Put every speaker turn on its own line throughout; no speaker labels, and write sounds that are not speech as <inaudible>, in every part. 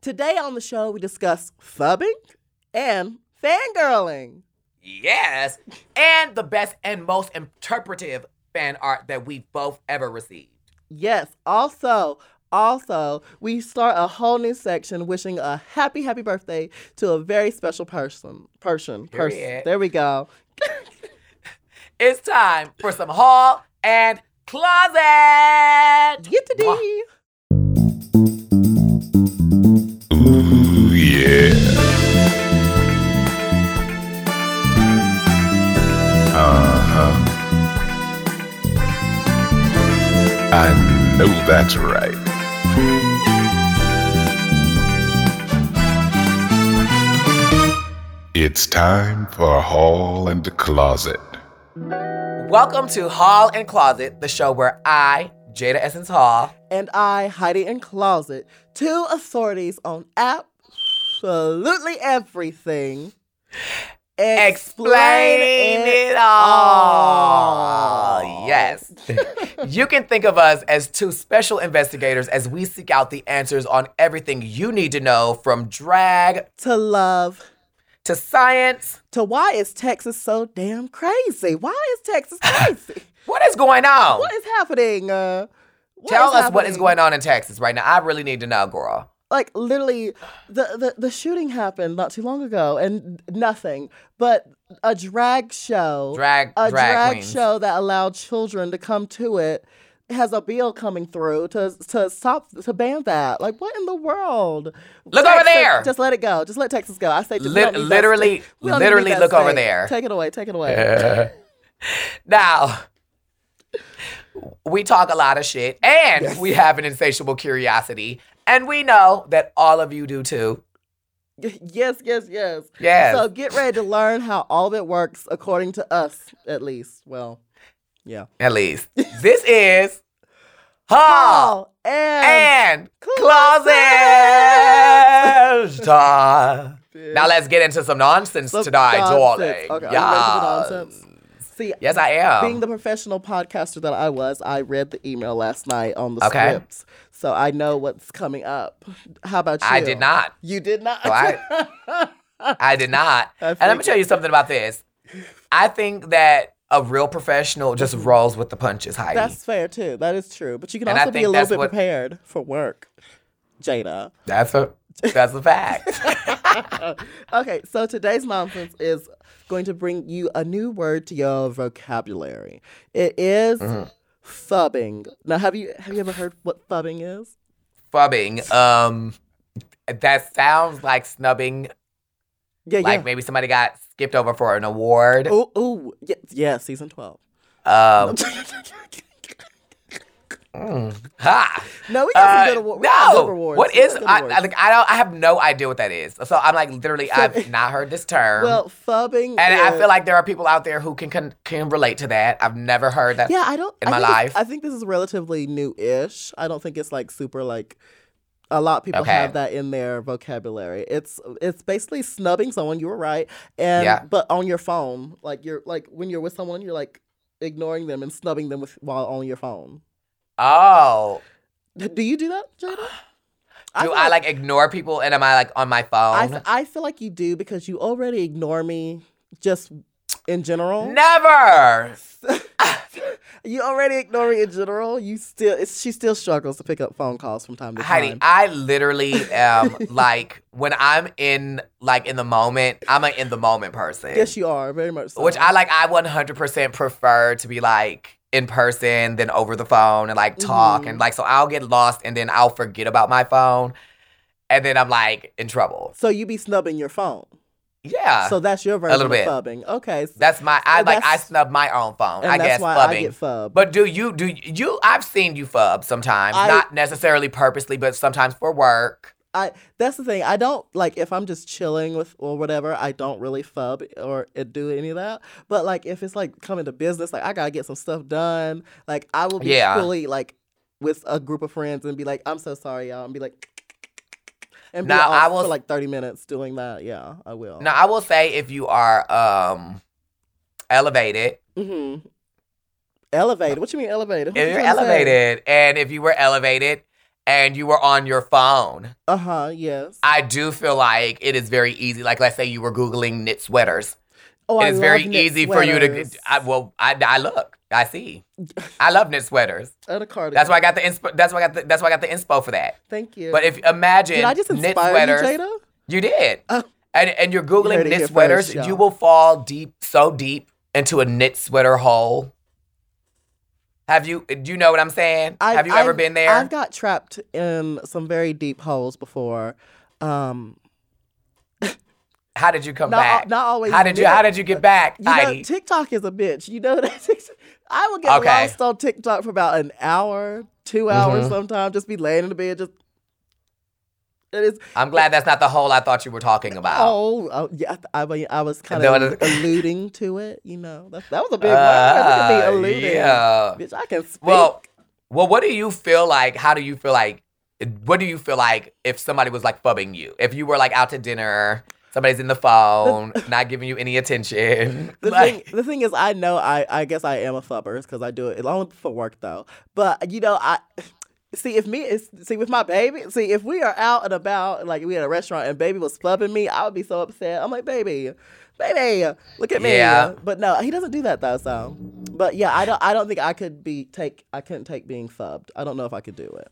Today on the show, we discuss fubbing and fangirling.
Yes. And the best and most interpretive fan art that we've both ever received.
Yes, also, also, we start a whole new section wishing a happy, happy birthday to a very special person. Person. Person.
Period.
There we go.
It's time for some haul and closet.
Get to
Mwah.
D.
Uh-huh. I know that's right. It's time for Hall and the Closet.
Welcome to Hall and Closet, the show where I, Jada Essence Hall,
And I, Heidi in Closet, two authorities on absolutely everything.
explain it all. <laughs> Yes. you can think of us as two special investigators as we seek out the answers on everything you need to know from drag
To love.
to science.
To why is Texas so damn crazy? Why is Texas
<sighs>
crazy?
What is going on?
what is happening? Uh, what
Tell us
is
what is
happening?
going on in Texas right now. I really need to know, girl.
like literally the, the the shooting happened not too long ago and nothing but a drag show
Drag,
a
drag,
drag
queens.
show that allowed children to come to it has a bill coming through to to stop to ban that like what in the world
Look over there.
just let it go just let texas go i say just, we
Lit-
don't need that
literally-
state. We don't need
literally
that
look over
state.
there.
take it away take it away
<laughs> Now, we talk a lot of shit and we have an insatiable curiosity. And we know that all of you do too.
<laughs> yes yes yes
Yes.
so get ready to learn how all of it works according to us at least well yeah <laughs>
at least. This is Hall
Paul and,
Ah. and
Closet.
Closet. <laughs> now let's get into some nonsense
Some
today, darling.
nonsense. Okay, are you ready for the
Yes.
nonsense? see
Yes, I am.
being the professional podcaster that I was, I read the email last night on the
Okay.
scripts, so I know what's coming up. How about you?
I did not.
You did not.
So I did not.
I
and let me
think-
tell you something about this. I think that a real professional just rolls with the punches, Heidi.
<laughs> that's fair too. That is true. But you can
And I
also be
think
a little
that's
bit
what-
prepared for work, Jada.
That's a that's a fact.
<laughs> Okay, so today's nonsense is going to bring you a new word to your vocabulary. It is
Uh-huh.
fubbing. Now, have you have you ever heard what fubbing is?
Fubbing. Um, that sounds like snubbing.
Yeah,
Like maybe somebody got skipped over for an award.
yeah. Ooh, ooh, yeah, yeah, season twelve. <laughs>
Um, ha.
No, we got
Uh,
some good awards.
no.
good rewards.
What
We got
is?
good
I,
awards.
I, like, I don't. I have no idea what that is. So I'm like literally,
<laughs>
I've not heard this term.
well, fubbing.
um, and I
is-
feel like there are people out there who can can, can relate to that. I've never heard that.
yeah, I don't.
in
I
my
think it's-
life.
I think this is relatively new-ish. I don't think it's like super like. A lot of people
Okay.
have that in their vocabulary. It's it's basically snubbing someone. You were right, and
Yeah.
but on your phone, like you're like when you're with someone, you're like ignoring them and snubbing them with while on your phone.
Oh,
Do you do that,
<sighs>
Jada? Do
do I like ignore people and am I like on my
I,
phone?
f- I feel like you do because you already ignore me just in general.
Never.
you already ignore me in general. You still, it's, she still struggles to pick up phone calls from time to
Heidi,
time.
I
<laughs>
literally am like when I'm in like in the moment, I'm an in the moment person.
yes, you are very much so.
which I like I 100% prefer to be like in person than over the phone and like talk
Mm-hmm.
and like so I'll get lost and then I'll forget about my phone and then I'm like in trouble.
so you be snubbing your phone.
Yeah.
so
So
that's your version
Uh, little
of
bit.
fubbing. Okay, s-
that's my I
and
like I
that's-
snub my own phone.
and
I
that's
guess
why
fubbing.
I get fubbed.
But do you do you I've seen you fub sometimes,
I-
not necessarily purposely, but sometimes for work.
I that's the thing. I don't like if I'm just chilling with or whatever. I don't really fub or uh, do any of that. But like if it's like coming to business, like I gotta get some stuff done. Like I will be
Yeah.
fully like with a group of friends and be like, I'm so sorry, y'all, and be like, and be
Now,
off
I will
for
s-
like 30 minutes doing that. Yeah, I will.
Now I will say if you are um elevated
hmm Elevated. What you mean elevated? What
if
you
you're
trying to say?
elevated and if you were elevated and you were on your phone,
Uh huh. Yes.
I do feel like it is very easy. Like, let's say you were Googling knit sweaters.
oh, I
it's very
love knit
easy for you to.
sweaters.
I, well, I, I look, I
<laughs>
see. I love knit sweaters.
and a cardigan.
That's why I got the inspo. That's why I got the. That's why I got the inspo for that.
Thank you.
But if imagine
did I just
knit
inspire you,
sweaters,
Jada?
you did,
Oh.
and and you're
You
googling
heard it here
knit sweaters,
first, y'all.
you will fall deep, so deep into a knit sweater hole. Have you? Do you know what I'm saying?
I've-
Have you ever
I've-
been there?
I've got trapped in some very deep holes before. Um,
how did you come
not,
back?
not always.
how did you?
knit.
How did you get back,
You know,
Heidi?
TikTok is a bitch. You know <laughs> that. I will get
Okay.
lost on TikTok for about an hour, two hours
Mhm.
sometimes. Just be laying in the bed, just. It is.
I'm glad that's not the hole I thought you were talking about.
Oh, oh yeah. I, mean, I was kind
No,
of
it is-
alluding to it. You know, that, that was a big word. Look at me
Ah,
alluding.
Yeah.
Bitch, I can speak.
Well, well, what do you feel like? How do you feel like? What do you feel like if somebody was like fubbing you? If you were like out to dinner, somebody's in
<laughs>
the phone, not giving you any attention.
The
like,
thing, the thing is, I know I, I guess I am a flubber because I do it only for work though. But you know, I <sighs> see if me is see with my baby. See if we are out and about, like we at a restaurant and baby was flubbing me, I would be so upset. I'm like, baby, baby, look at me.
Yeah.
But no, he doesn't do that though. So, but yeah, I don't I don't think I could be take I couldn't take being fubbed. I don't know if I could do it.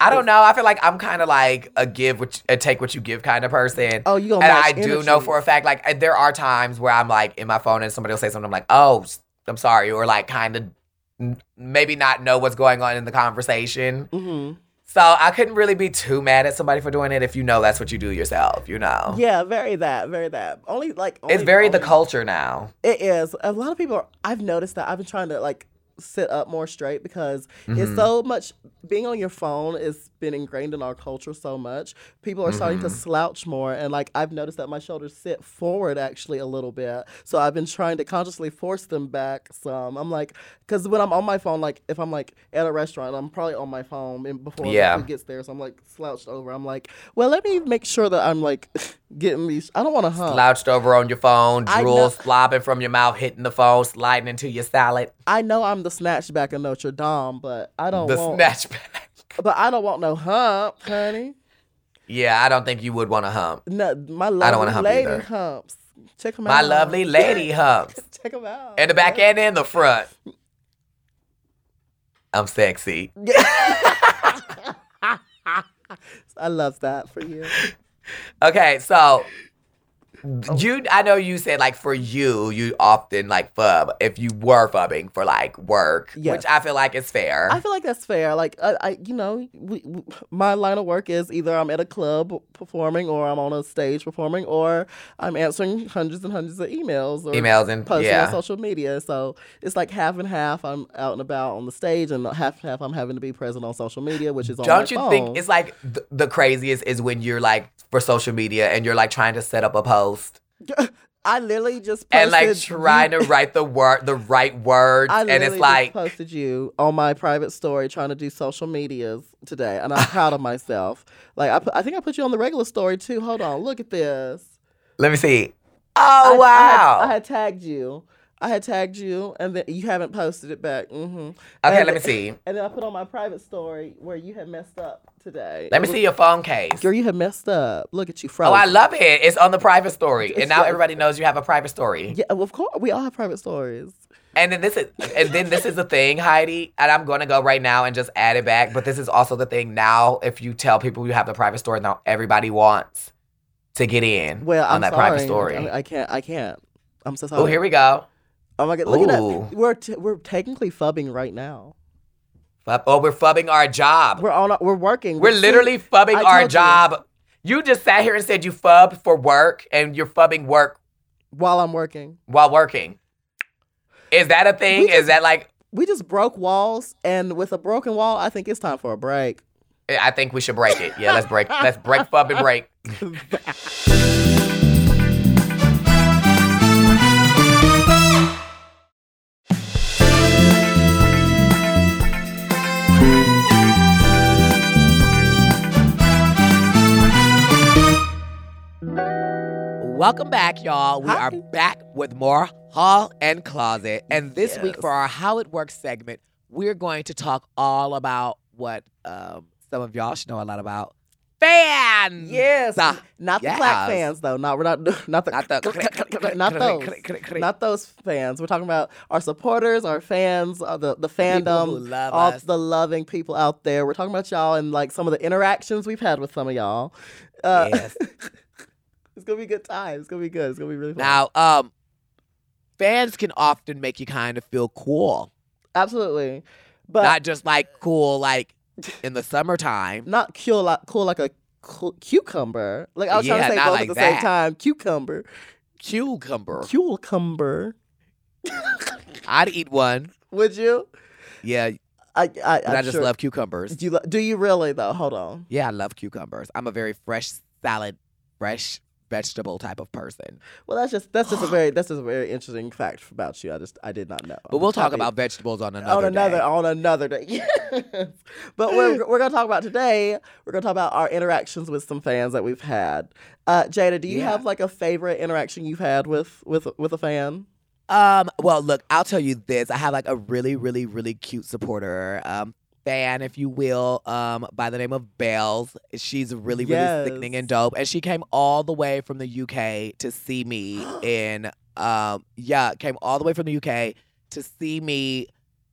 I don't know. I feel like I'm kind of like a give what you, a take what you give kind of person.
Oh, you gonna
and
match
I do know
energies.
for a fact, like I- there are times where I'm like in my phone and somebody will say something, I'm like, oh, s- I'm sorry, or like kind of maybe not know what's going on in the conversation.
hmm
So I couldn't really be too mad at somebody for doing it if you know that's what you do yourself, you know.
Yeah, very that, very that. Only like only,
It's very the
only-
culture now.
It is. A lot of people. Are, I've noticed that. I've been trying to like sit up more straight because it's so much. Being on your phone has been ingrained in our culture so much. People are starting to slouch more, and like I've noticed that my shoulders sit forward actually a little bit. So I've been trying to consciously force them back some. I'm like, because when I'm on my phone, like if I'm like at a restaurant, I'm probably on my phone and before
Yeah.
the food gets there, so I'm like slouched over. I'm like, well, let me make sure that I'm like <laughs> getting these. I don't want to hump.
Slouched over on your phone,
I
drool
know-
slobbing from your mouth, hitting the phone, sliding into your salad.
I know I'm the snatchback of Notre Dame, but I don't
The
want.
snatchback.
But I don't want no hump, honey.
<laughs> Yeah, I don't think you would want to hump.
No, my
don't
lovely
wanna hump
lady
either.
humps. Check them
My
out. <laughs>
lovely lady humps.
Check them out.
In
<laughs>
the back and in the front. I'm sexy.
I love that for
<laughs>
you.
Okay, so
Oh.
you I know you said like for you, you often like fub if you were fubbing for like work,
Yes.
which I feel like is fair.
I feel like that's fair. Like I, I you know, we, we, my line of work is either I'm at a club performing, or I'm on a stage performing, or I'm answering hundreds and hundreds of emails, or
Emails and
posting on
yeah.
social media. So it's like half and half. I'm out and about on the stage, and half and half I'm having to be present on social media, which is on
Don't
my
you
phone.
think it's like th- the craziest is when you're like for social media and you're like trying to set up a post
<laughs> I literally just posted
and like trying to write the word the right words
I
and
literally
it's like
just posted you on my private story trying to do social medias today, and I'm proud of myself. Like I, put, I think I put you on the regular story too. Hold on, look at this.
let me see. Oh
I-
wow.
I had, I had tagged you. I had tagged you, and then you haven't posted it back. hmm
Okay,
And-
let me see.
And then I put on my private story where you had messed up today.
Let me
It
see your phone case.
Girl, you have messed up. Look at you, frozen.
Oh, I love it. It's on the private story. And now
Yes.
everybody knows you have a private story.
Yeah, of course. We all have private stories.
And then this is and then this is the thing, Heidi, and I'm gonna go right now and just add it back. But this is also the thing now if you tell people you have the private story, now everybody wants to get in
Well,
on
I'm
that
sorry.
private story.
I, mean, I can't. I can't. I'm so sorry.
oh, here we go.
oh my god! Look
Ooh.
at that. We're t- we're technically fubbing right now.
Fub- oh, we're fubbing our job. We're,
We're on. We're working.
literally fubbing
I
our
told you.
job. You. just sat here and said you fub for work and you're fubbing work
while I'm working.
while working. Is that a thing?
We just-
is that like
We just broke walls, and with a broken wall, I think it's time for a break.
I think we should break it. Yeah, let's break. let's break
<laughs>
fub and break. Welcome back, y'all. We
Hi.
are back with more Hall and Closet. And this week
Yes.
for our How It Works segment, we're going to talk all about what um, some of y'all should know a lot about. Fans.
Yes,
Ah,
not the
yes.
clap fans though. Not <laughs> we're not not the
Not the
not those. Not those fans. We're talking about our supporters, our fans, uh, the the fandom,
who love
all
us.
the loving people out there. We're talking about y'all and like some of the interactions we've had with some of y'all. Uh,
Yes.
<laughs> it's gonna be a good time. It's gonna be good. It's gonna be really fun.
Now, um, fans can often make you kind of feel cool.
Absolutely, but not,
Not just like cool, like in the summertime.
cool like cool like a cu- cucumber. Like I was
Yeah,
trying to say
not
both
like
at the
that.
same time. Cucumber,
Cucumber.
cucumber.
I'd eat one.
Would you?
Yeah,
I I,
but i
I'm
just
sure-
love cucumbers.
Do you, lo- do you really though? Hold on.
Yeah, I love cucumbers. I'm a very fresh salad, fresh vegetable type of person.
Well, that's just that's just a very that's just a very interesting fact about you. I just I did not know.
But we'll talk
Happy-
about vegetables on
on
another
another
day.
on another day. <laughs> Yes. but we're we're gonna talk about today. We're gonna talk about our interactions with some fans that we've had. Uh, Jada, do you
Yeah.
have like a favorite interaction you've had with with with a fan?
Um, well, look, I'll tell you this. I have like a really, really, really cute supporter, um, fan, if you will, um, by the name of Bells. She's really, really sickening
Yes.
and dope. And she came all the way from the UK to see me in um yeah, came all the way from the UK to see me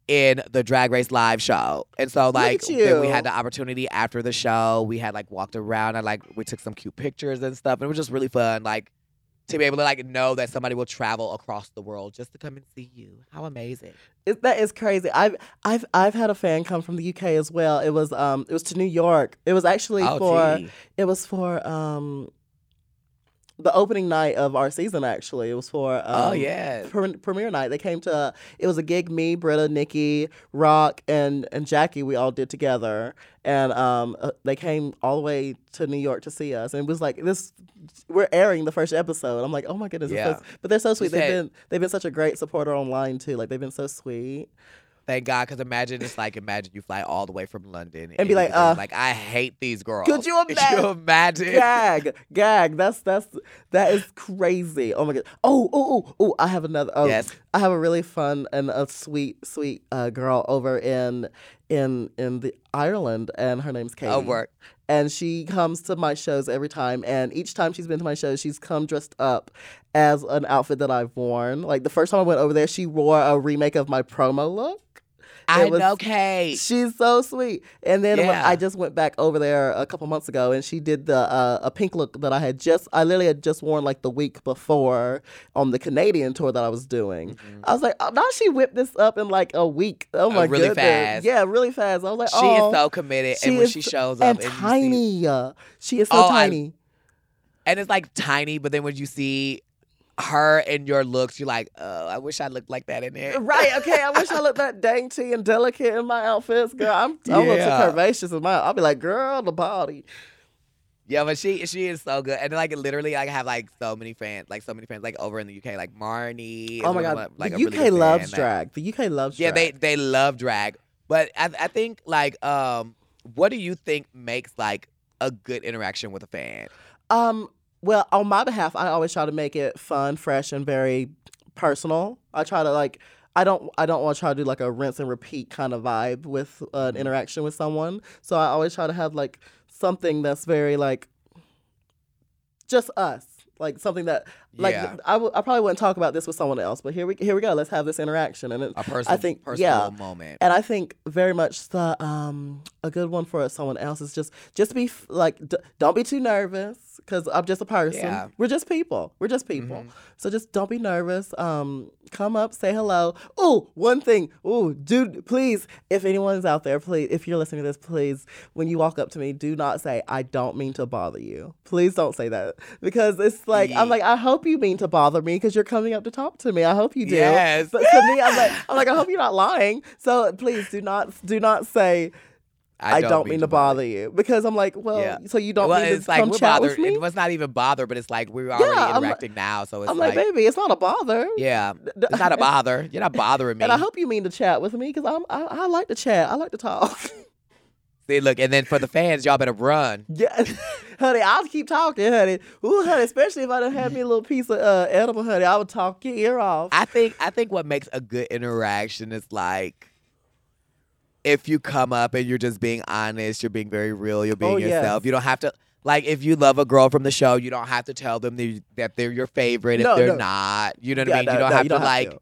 in the Drag Race live show. And so like
at
then we
you.
had the opportunity after the show. We had like walked around and like we took some cute pictures and stuff. And it was just really fun. Like to be able to like know that somebody will travel across the world just to come and see you. How amazing!
It, that is crazy. I've I've I've had a fan come from the UK as well. It was um it was to New York. It was actually for
Oh, gee.
It was for um the opening night of our season. Actually, it was for um,
oh yeah,
pre- premiere night. They came to it was a gig. Me, Britta, Nikki, Rock, and and Jackie. We all did together, and um uh, they came all the way to New York to see us. And it was like this. We're airing the first episode. I'm like, oh my goodness, this
Yeah.
is- but they're so sweet. They've
said-
been they've been such a great supporter online too. Like they've been so
<laughs>
sweet.
thank God. Because imagine it's like imagine you fly all the way from London
be
you
like,
just
uh,
like I hate these girls.
could you
<laughs> Could you imagine?
gag, gag. That's that's that is crazy. Oh my god. Oh oh oh oh. I have another. Oh,
Yes.
I have a really fun and a sweet sweet uh, girl over in in in the Ireland, and her name's Katie.
Oh, work.
And she comes to my shows every time, and each time she's been to my shows, she's come dressed up as an outfit that I've worn. Like the first time I went over there, she wore a remake of my promo look.
I
was-
know, Kate.
She's so sweet. And then when
Yeah.
I just went back over there a couple months ago, and she did the uh, a pink look that I had just I literally had just worn like the week before on the Canadian tour that I was doing. I was like, oh, now she whipped this up in like a week. Oh my
really
goodness,
fast.
yeah, really fast. I was like,
she
oh,
is so committed,
she
and when
is
she shows
and
up, you see-
tiny. She is so
Oh, I-
tiny.
and it's like tiny, but then when you see her in your looks, you're like, oh, I wish I looked like that in there.
Right. Okay. I wish I looked that dainty and delicate in my outfits, girl. I'm, I'm a
Yeah.
little too curvaceous in my. I'll be like, girl, the body.
<laughs> Yeah, but she she is so good, and like literally, I have like so many fans, like so many fans, like over in the UK, like Marnie. is
Oh my
one of
god,
like, a
the
really
UK
good
loves
fan, like-
drag. The UK loves
yeah,
drag.
they they love drag, but I I think like um, what do you think makes like a good interaction with a fan?
Um, well, on my behalf, I always try to make it fun, fresh, and very personal. I try to like. I don't. I don't want to try to do like a rinse and repeat kind of vibe with uh, an interaction with someone. So I always try to have like something that's very like just us, like something that like
Yeah.
I, w- I probably wouldn't talk about this with someone else. But here we here we go. Let's have this interaction, and it,
A personal,
think-
personal
yeah.
moment.
and I think very much the um a good one for someone else is just just be f- like d- don't be too nervous because I'm just a person.
Yeah. Mm-hmm.
We're just people. We're just people. So just don't be nervous. Um, come up, say hello. Oh, one thing. Oh, dude, please, if anyone's out there, please, if you're listening to this, please, when you walk up to me, do not say I don't mean to bother you. Please don't say that because it's like I'm
Ye-
like I hope you mean to bother me because you're coming up to talk to me. I hope you do.
Yes.
But to me, I'm like, <laughs> I'm like, I hope you're not lying. So please do not do not say I, don't, mean to bother you because I'm like, well,
Yeah.
so you don't
well,
mean
it's
to
like
come
we're
chat with
bothered.
me.
It was not even bother, but it's like we're already
I'm like-
interacting now, so it's
I'm like, baby, it's not a bother.
yeah, it's not a bother. You're not bothering me.
<laughs> And I hope you mean to chat with me because I'm I, I like to chat. I like to
<laughs>
talk.
See, look, and then for the fans, y'all better run.
yeah, <laughs> honey, I'll keep talking, honey. Ooh, honey, especially if I done had me a little piece of uh, edible, honey, I would talk your ear off.
I think I think what makes a good interaction is like if you come up and you're just being honest, you're being very real, you're being
Oh, yes.
yourself. You don't have to like if you love a girl from the show, you don't have to tell them that- that they're your favorite if
No,
they're
no.
not. You know what I
Yeah,
mean?
no,
you don't
no,
have
you
to
don't have
like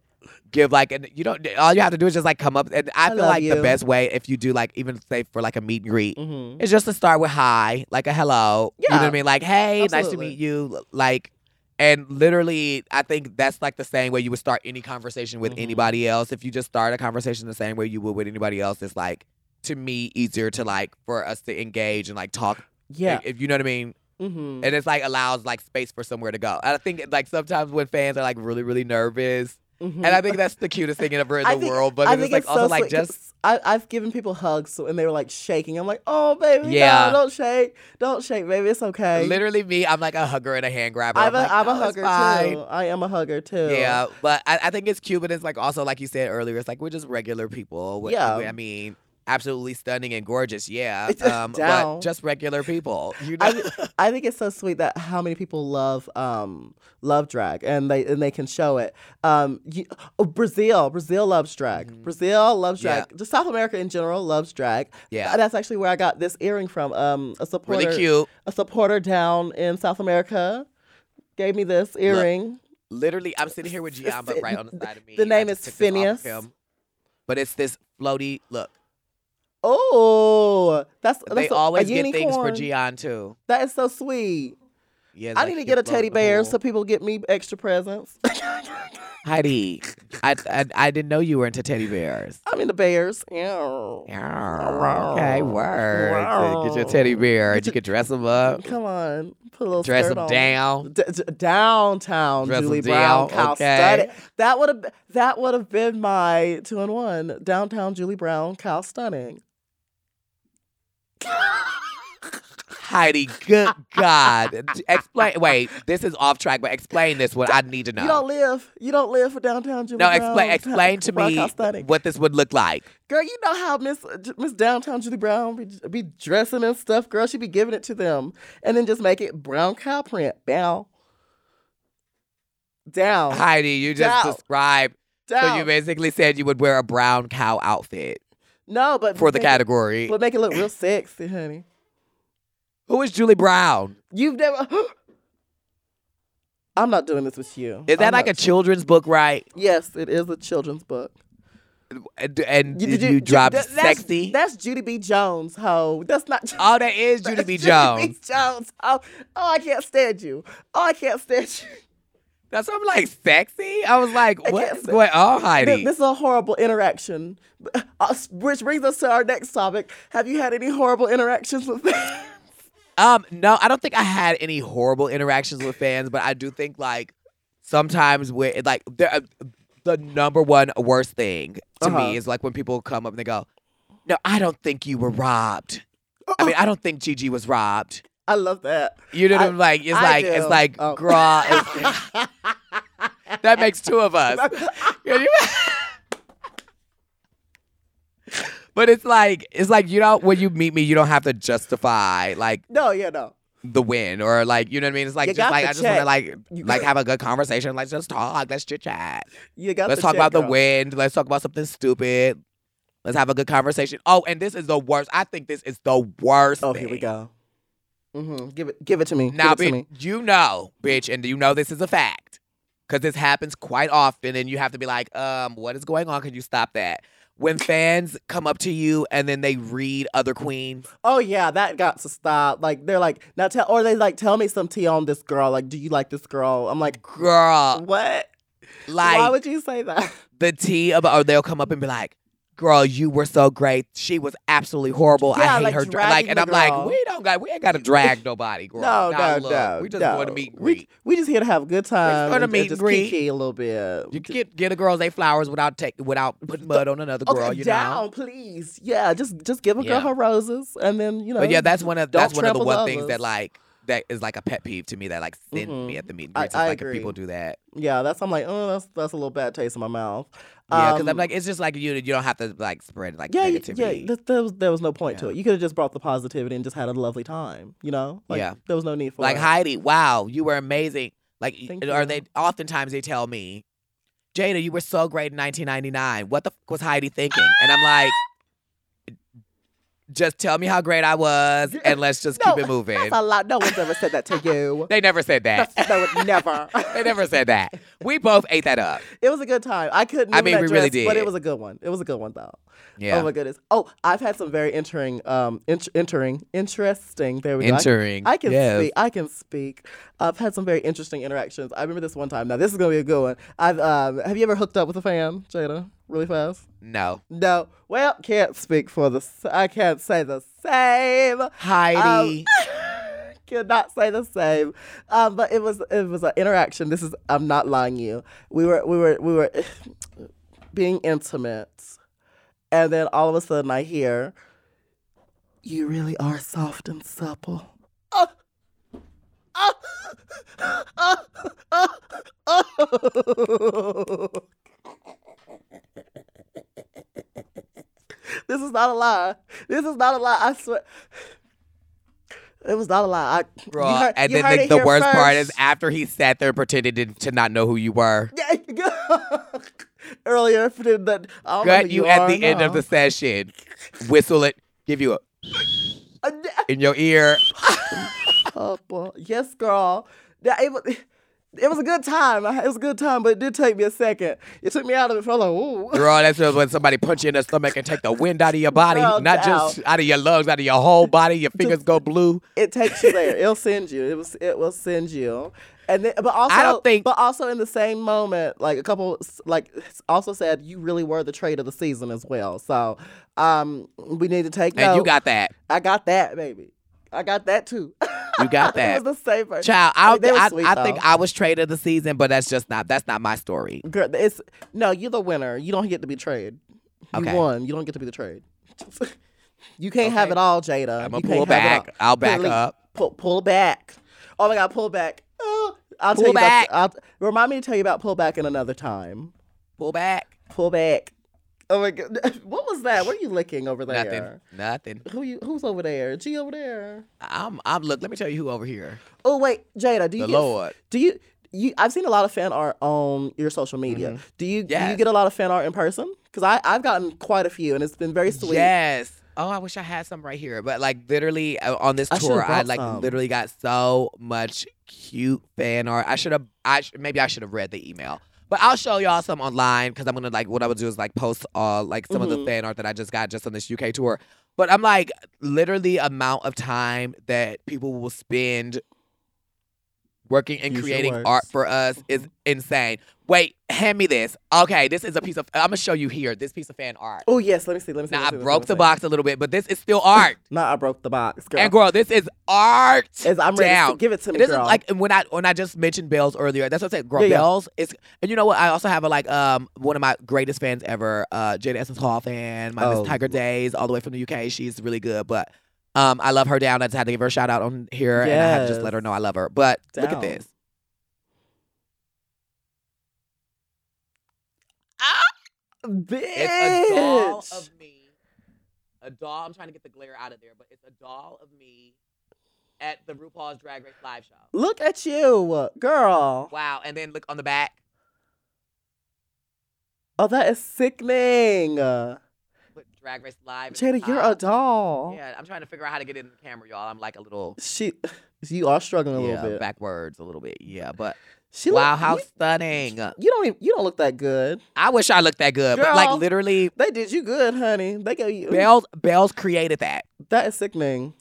give like and you don't all you have to do is just like come up and I,
I
feel
love
like the
you.
best way if you do like even say for like a meet and greet
Mhm.
it's just to start with hi, like a hello. You know what I
Yeah.
mean? Like, hey, nice to
Absolutely.
meet you. l- Like, and literally, I think that's like the same way you would start any conversation with
Mhm.
anybody else. If you just start a conversation the same way you would with anybody else, it's like to me easier to like for us to engage and like talk.
Yeah.
If, if you know what I mean,
hmm
and it's like allows like space for somewhere to go. And I think like sometimes when fans are like really really nervous,
Mm-hmm.
and I think that's the cutest thing ever in the
I think-
world. But
I
then it's
think
like also
so
like
sweet
just
'cause I, I've given people hugs so, and they were like shaking. I'm like, oh baby,
Yeah.
no, don't shake, don't shake, baby, it's okay.
Literally, me, I'm like a hugger and a hand grabber.
I'm, a
like,
am a
"No, it's
hugger
fine."
too. I am a hugger too.
Yeah, but I, I think it's cute, but it's like also like you said earlier, it's like we're just regular people. We-
Yeah.
we- I mean, absolutely stunning and gorgeous. Yeah,
It's
um, but
down.
just regular people. You know,
I, thi- I think it's so sweet that how many people love um love drag and they and they can show it. Um, you, oh, Brazil, Brazil loves drag.
Mhm.
Brazil loves
Yeah.
drag. Just South America in general loves drag.
yeah,
That's actually where I got this earring from. Um, a supporter,
<laughs> really cute.
a supporter down in South America gave me this earring.
Literally, I'm
<laughs>
sitting here with Giamba right on the side of me.
The
I
name
just
is
took this off of
Phineas.
him. but it's this floaty look.
Oh, that's that's
they
a- a
always get things for
unicorn.
Gian too.
That is so sweet.
Yeah,
I
like
need to
you
get a
float in
teddy
the
bear
pool.
so people get me extra presents. <laughs>
Heidi, I, I I didn't know you were into teddy bears.
I'm into bears. Yeah.
Yeah, Okay, word. So Get your
Wow.
teddy bear.
Get
You
your-
could dress him up,
Come on, put a little
Uh, dress
skirt
him
on.
down.
D- d- downtown
Dress 'em
Julie Brown
down,
cow
okay.
studded. That would have that would have been my two and one. Downtown Julie Brown cow stunning.
Heidi, good God. Explain. Wait, this is off track, but explain this one. I need to
You don't
know.
live. You don't live for downtown Julie
No,
Brown.
explain. Explain to
Brown
me
cow stunning.
what this would look like.
Girl, you know how Miss Miss Downtown Julie Brown be, be dressing and stuff. Girl, she be giving it to them, and then just make it brown cow print. Down, down,
Heidi, you just
Down.
described.
down.
So you basically said you would wear a brown cow outfit
no, but
for the
make it-
category.
But make it look real sexy, honey.
Who is Julie Brown?
You've never. <gasps> I'm not doing this with you.
Is that
I'm
like a
not-
children's book, right?
Yes, it is a children's book.
And, and
did
you, dropped
that- that's-
sexy.
That's Judy B. Jones, ho. That's not.
oh, that is
<laughs>
Judy
That's
B.
Judy
Jones.
B. Jones. Oh, oh, I can't stand you. Oh, I can't stand you.
That's what I'm like, sexy? I was like,
I
what
can't
is
say-
going on, Heidi?
Th- This is a horrible interaction, <laughs> Uh, s- which brings us to our next topic. Have you had any horrible interactions with <laughs> them?
Um, no, I don't think I had any horrible interactions with fans, but I do think like sometimes with like there, uh, the number one worst thing to
Uh-huh.
me is like when people come up and they go, "No, I don't think you were robbed." I mean, I don't think Gigi was robbed.
I love that. <laughs>
You know what
Uh-uh. I-
I'm like? It's
I
like
do.
it's like
Oh.
girl.
<laughs>
it's- <laughs> that makes two of us. Can you- but it's like it's like you know when you meet me, you don't have to justify like
No, yeah, no.
the win or like you know what I mean. It's like
You
just
got
like
the
I just want to
check.
like
You
like
got-
have a good conversation. Let's just talk. Let's chit chat.
You got.
Let's
the
talk
check,
about the
girl.
wind. Let's talk about something stupid. Let's have a good conversation. Oh, and this is the worst. I think this is the worst.
Oh, here we
thing.
go. hmm Give it, give it to me.
Now,
give it to me.
bitch, you know, bitch, and you know this is a fact because this happens quite often, and you have to be like, um, what is going on? Can you stop that? When fans come up to you and then they read other queens,
Oh yeah, that got to stop. Like they're like now tell, or they like tell me some tea on this girl. Like, do you like this girl? I'm like,
girl,
what?
like
Why would you say that?
the tea about or they'll come up and be like, Girl, you were so great. She was absolutely horrible. I
Yeah,
hate
like
her. dra-
dragging
Like, and
the
I'm like,
girl.
we don't got, we ain't got
<laughs>
to drag nobody, girl.
no,
Nah,
no,
look,
no.
We just
no.
want to meet and
We,
greet.
we just here to have a good time.
go to
and-
meet
and just
and greet.
kiki a little bit.
you get get a girl they flowers without take without putting mud on another
Okay,
girl. you know.
down, please. Yeah, just just give a girl
Yeah.
her roses, and then you know.
But yeah, that's one of
don't
that's one of the
trample
one
the
things
others.
that like that is like a pet peeve to me that like sends me
Mhm.
at the meet and
I-
greets. It's
I
like if
agree.
people do that,
yeah, that's. I'm like, oh, that's that's a little bad taste in my mouth.
yeah, because
Um,
I'm like it's just like you you don't have to like spread like
yeah, y-
negativity.
yeah. th- there, was, there was no point to
Yeah.
it. You could have just brought the positivity and just had a lovely time. You know, like,
Yeah.
There was no need for
like
it.
Heidi, wow, you were amazing. Like, y-
Thank
or
you.
they oftentimes they tell me, Jada, you were so great in 1999. What the f- was Heidi thinking? And I'm like, Just tell me how great I was,
Yeah.
and let's just
No,
keep it moving.
That's a lot. No one's ever said that to
<laughs>
you.
They never said
<laughs>
that.
That's- no, it- never.
they never said that. We both ate that up.
It was a good time. I couldn't.
I
remember
mean,
that
we really
dress, But
did.
it was a good one. It was a good one though.
Yeah.
Oh my goodness. Oh, I've had some very entering, um, int- entering, interesting. There we go. I-
Entering.
I can
Yes.
speak. I can speak. I've had some very interesting interactions. I remember this one time. Now this is gonna be a good one. I've um, have you ever hooked up with a fan, Jada? Really fast?
No.
No. Well, can't speak for the. s- I can't say the same. Oh,
Heidi.
Cannot say the same. Um, but it was it was an interaction. This is I'm not lying to you. We were we were we were being intimate, and then all of a sudden I hear, "You really are soft and supple." Oh. Oh. Oh. Oh. Oh. This is not a lie. This is not a lie. I swear. It was not a lie. I, <laughs> you
Bruh.
heard-
and
you
then
heard
the,
it
the
here
worst part
first.
is after he sat there pretending to, to not know who you were.
<laughs> Earlier, for the, the, I don't know who
Got you at
are
the end of
now.
the session. Whistle it. Give you a in your ear.
<laughs> Oh boy, yes, girl. That- it, was, <laughs> it was a good time. I- It was a good time, but it did take me a second. It took me out of it for like, ooh. <laughs>
Girl, that's just when somebody punch you in the stomach and take the wind out of your body.
Girl,
not just out of your lungs, out of your whole
<laughs>
body. Your fingers go blue.
It takes you there. It'll send you. It was. It will send you. And then, but also,
don't think-
But also, in the same moment, like a couple, s- like s- also said, you really were the trade of the season as well. So, um, we need to take
And
note.
you got that.
I got that, baby. I got that too. <laughs>
You got
it
that.
was the same person.
Child, I,
They were
I,
sweet,
I think
though.
I was trade of the season, but that's just not that's not my story.
Girl, it's no, you're the winner. You don't get to be trade. You
Okay.
won. You don't get to be the trade. <laughs> you can't have
Okay.
it all, Jada.
I'ma
You can't
pull
have it
back.
all.
I'll back
Literally,
up.
Pull, pull back. Oh my God, pull back. Oh, I'll
Pull
tell you
back.
About, I'll, remind me to tell you about pull back in another time.
Pull back.
Pull back. Oh my God, <laughs> what was that? What are you licking over there?
Nothing. Nothing.
Who you? Who's over there? G over there.
I'm I'm look, let me tell you who over here.
Oh wait, Jada, do you
The
get,
Lord.
do you? You, I've seen a lot of fan art on your social media. Do you do you
Mm-hmm. Yes.
get a lot of fan art in person? Because I I've gotten quite a few, and it's been very sweet.
Yes. Oh, I wish I had some right here. But like literally uh, on this
I should've
tour, I
brought
like
some.
literally got so much cute fan art. I should have. I sh- maybe I should have read the email. But I'll show y'all some online because I'm gonna like what I would do is like post uh like some of
Mhm.
the fan art that I just got just on this UK tour. But I'm like literally amount of time that people will spend working and
Use your
creating
words. Mm-hmm.
art for us is insane. Wait, hand me this. Okay, this is a piece of I'm gonna show you here this piece of fan art.
Oh yes, let me see. Let me see.
Now
let me
I
see, let me
broke
see,
the
let me
box a little bit, but this is still art.
see. No, I broke the box, girl.
and girl, this is art.
As I'm ready,
down.
to, give it to me,
It isn't
girl.
like and when I when I just mentioned Bells earlier. That's what I said. Girl,
Yeah, yeah.
Bells is and you know what? I also have a like um one of my greatest fans ever, uh Jada Essence Hall fan, my
Oh.
Miss Tiger Days, all the way from the UK. She's really good, but um I love her down. I just had to give her a shout out on here and I had to just let her know I love her. But look
Down.
at this.
bitch.
It's a doll of me. A doll. I'm trying to get the glare out of there, but it's a doll of me at the RuPaul's Drag Race live show.
Look at you, girl.
Wow. And then look on the back.
Oh, that is sickening.
Put Drag Race live. at the
Jada, you're a
top.
doll.
Yeah, I'm trying to figure out how to get in the camera, y'all. I'm like a little,
She, you are struggling a
yeah,
little bit.
backwards a little bit. Yeah, but
She
wow,
look-
how
you,
stunning!
you don't even, you don't look that good.
I wish I looked that good, but
Girl.
like literally,
They did you good, honey. They gave you.
Bells Bells created that.
That is sickening.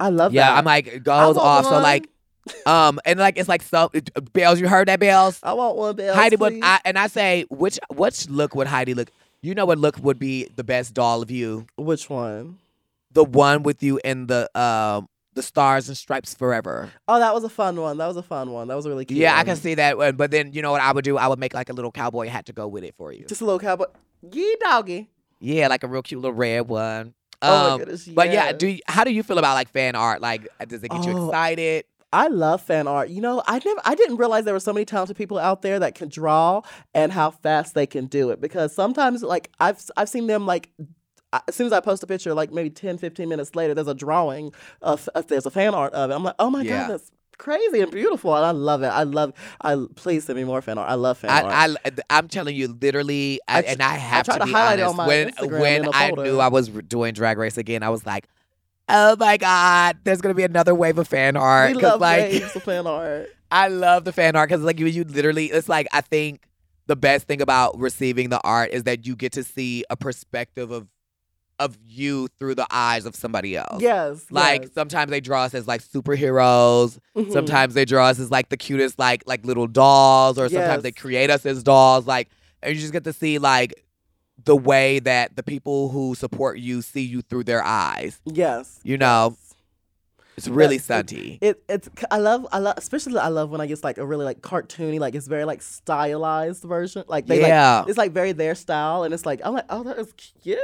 I love
Yeah,
that.
I'm like it
I
goes
want
off. So
one.
like, um, and like it's like so uh, Bells. You heard that Bells?
I want one bell.
Heidi would,
please.
I, and I say, which which look would Heidi look? You know what look would be the best doll of you?
Which one?
The one with you in the um the stars and stripes forever.
Oh, that was a fun one. That was a fun one. That was a really cute.
Yeah, I
one.
can see that. one, But then you know what I would do? I would make like a little cowboy hat to go with it for you.
Just a little cowboy. Yee doggy.
Yeah, like a real cute little red one.
oh my
Um,
goodness.
But yeah,
yes.
do you, how do you feel about like fan art? Like, uh, does it get you
Oh.
excited?
I love fan art. You know, I never I didn't realize there were so many talented people out there that can draw and how fast they can do it because sometimes like I've I've seen them like I- as soon as I post a picture, like maybe 10, 15 minutes later, there's a drawing of, of- there's a fan art of it. I'm like, oh my
Yeah.
god, that's crazy and beautiful, and I love it. I love. I please send me more fan art. I love fan art.
I, I I'm telling you, literally, I,
tr-
and I have
tried
to,
to
be
highlight it
honest.
on my
when
Instagram
when
in a
I
folder.
knew I was r- doing Drag Race again, I was like, oh my god, there's gonna be another wave of fan art.
we
'Cause,
love
like,
waves of fan
<laughs>
art.
I love the fan art because like you, you literally, it's like I think the best thing about receiving the art is that you get to see a perspective of of you through the eyes of somebody else.
Yes,
Like
yes.
sometimes they draw us as like superheroes.
Mhm.
Sometimes they draw us as like the cutest like like little dolls, or sometimes they
Yes.
create us as dolls. Like and you just get to see like the way that the people who support you see you through their eyes.
yes.
You know,
yes.
it's really
Yes, it-
stunty.
It it's I love I love especially I love when I get like a really like cartoony like it's very like stylized version like they
yeah.
like it's like very their style and it's like I'm like oh that is cute.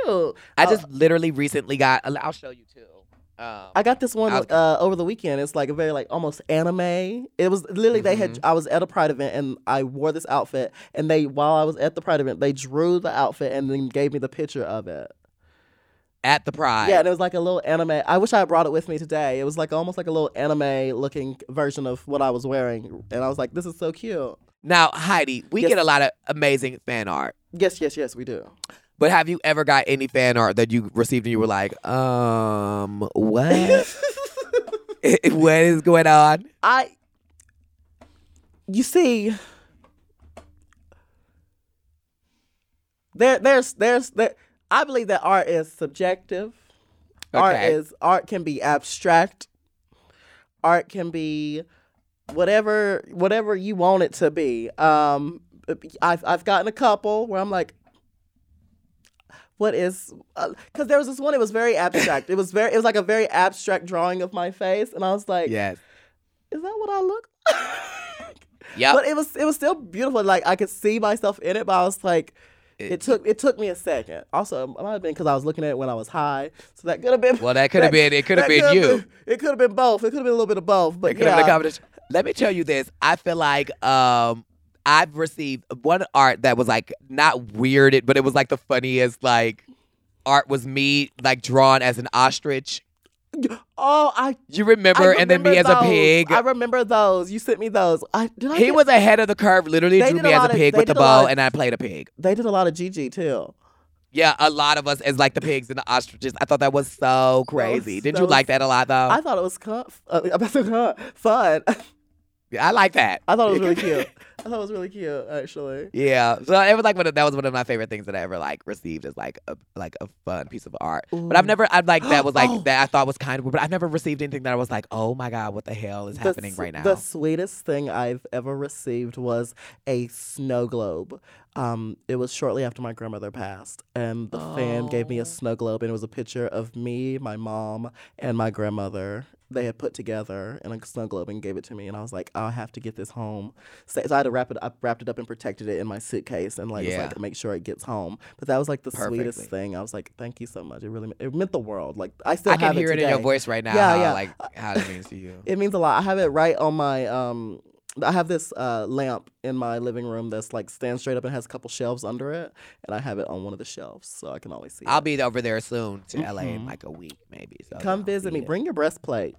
I
Uh,
just literally recently got. I'll show you too. Um,
I got this one
I'll-
uh, over the weekend. It's like a very like almost anime. It was literally they had. I was at a pride event and I wore this outfit. And they while I was at the pride event, they drew the outfit and then gave me the picture of it.
at the pride.
Yeah, and it was like a little anime. I wish I had brought it with me today. It was like almost like a little anime looking version of what I was wearing. And I was like, this is so cute.
Now, Heidi, we
Yes.
get a lot of amazing fan art,
Yes, yes, yes, we do.
but have you ever got any fan art that you received and you were like, um,
<laughs>
what? <laughs> what is going on?
I, you see, there, there's, there's, there. I believe that art is subjective. Art
Okay.
is art can be abstract. Art can be whatever whatever you want it to be. Um, I've I've gotten a couple where I'm like, what is? Because there was this one. It was very abstract. it was very. It was like a very abstract drawing of my face, and I was like,
Yes.
is that what I look like?
Yep.
But it was it was still beautiful. Like I could see myself in it, but I was like, it,
It-
took it took me a second. Also, it might have been because I was looking at it when I was high, so that could have been.
Well, that could have been. It could have
that
been
coulda
you.
it could have been both. It could have been a little bit of both. But
It could have been a
yeah.
competition. Let me tell you this. I feel like um I've received one art that was like not weirded, but it was like the funniest like art was me like drawn as an ostrich.
oh, I.
You
I
remember,
remember
and then me as
those.
a pig.
I remember those. You sent me those. I did. I
he
get-
was ahead of the curve. Literally
They
drew
did a
me as a
lot of-
pig
they
with a
did a lot
bow,
of-
and I played a pig.
They did a lot of GG
Oh.
too.
Yeah, a lot of us as like the pigs and the ostriches. I thought that was so crazy. Did
that
you
was-
like that a lot though?
I thought it was cu- uh, <laughs> about to cu- fun.
Yeah, I like that.
I thought it was
<laughs>
really cute. I thought it was really cute actually.
Yeah, so it was like one of, that was one of my favorite things that I ever like received as like a like a fun piece of art. But I've
Ooh.
never I've like
<gasps>
that was like
Mm. Oh.
that I thought was kind of weird, but I've never received anything that I was like, oh my god, what the hell is
the
happening
s-
right now?
The sweetest thing I've ever received was a snow globe. Um, it was shortly after my grandmother passed, and the fan gave me
Oh.
a snow globe, and it was a picture of me, my mom, and my grandmother. They had put together in a snow globe and gave it to me, and I was like, I'll have to get this home. So, so I had to wrap it up, wrapped it up, and protected it in my suitcase, and like, was
Yeah.
like make sure it gets home. But that was like the
Perfectly.
sweetest thing. I was like, thank you so much. It really it meant the world. Like I still
I can
have
hear
it
it
today.
in your voice right now.
Yeah,
how,
yeah.
Like how it means
<laughs>
to you.
It means a lot. I have it right on my um. I have this uh, lamp in my living room that's like stands straight up and has a couple shelves under it, and I have it on one of the shelves so I can always see.
I'll
it.
be over there soon to LA in
Mhm.
like a week maybe. So
come
I'll
visit
need
me.
it.
Bring your breastplate.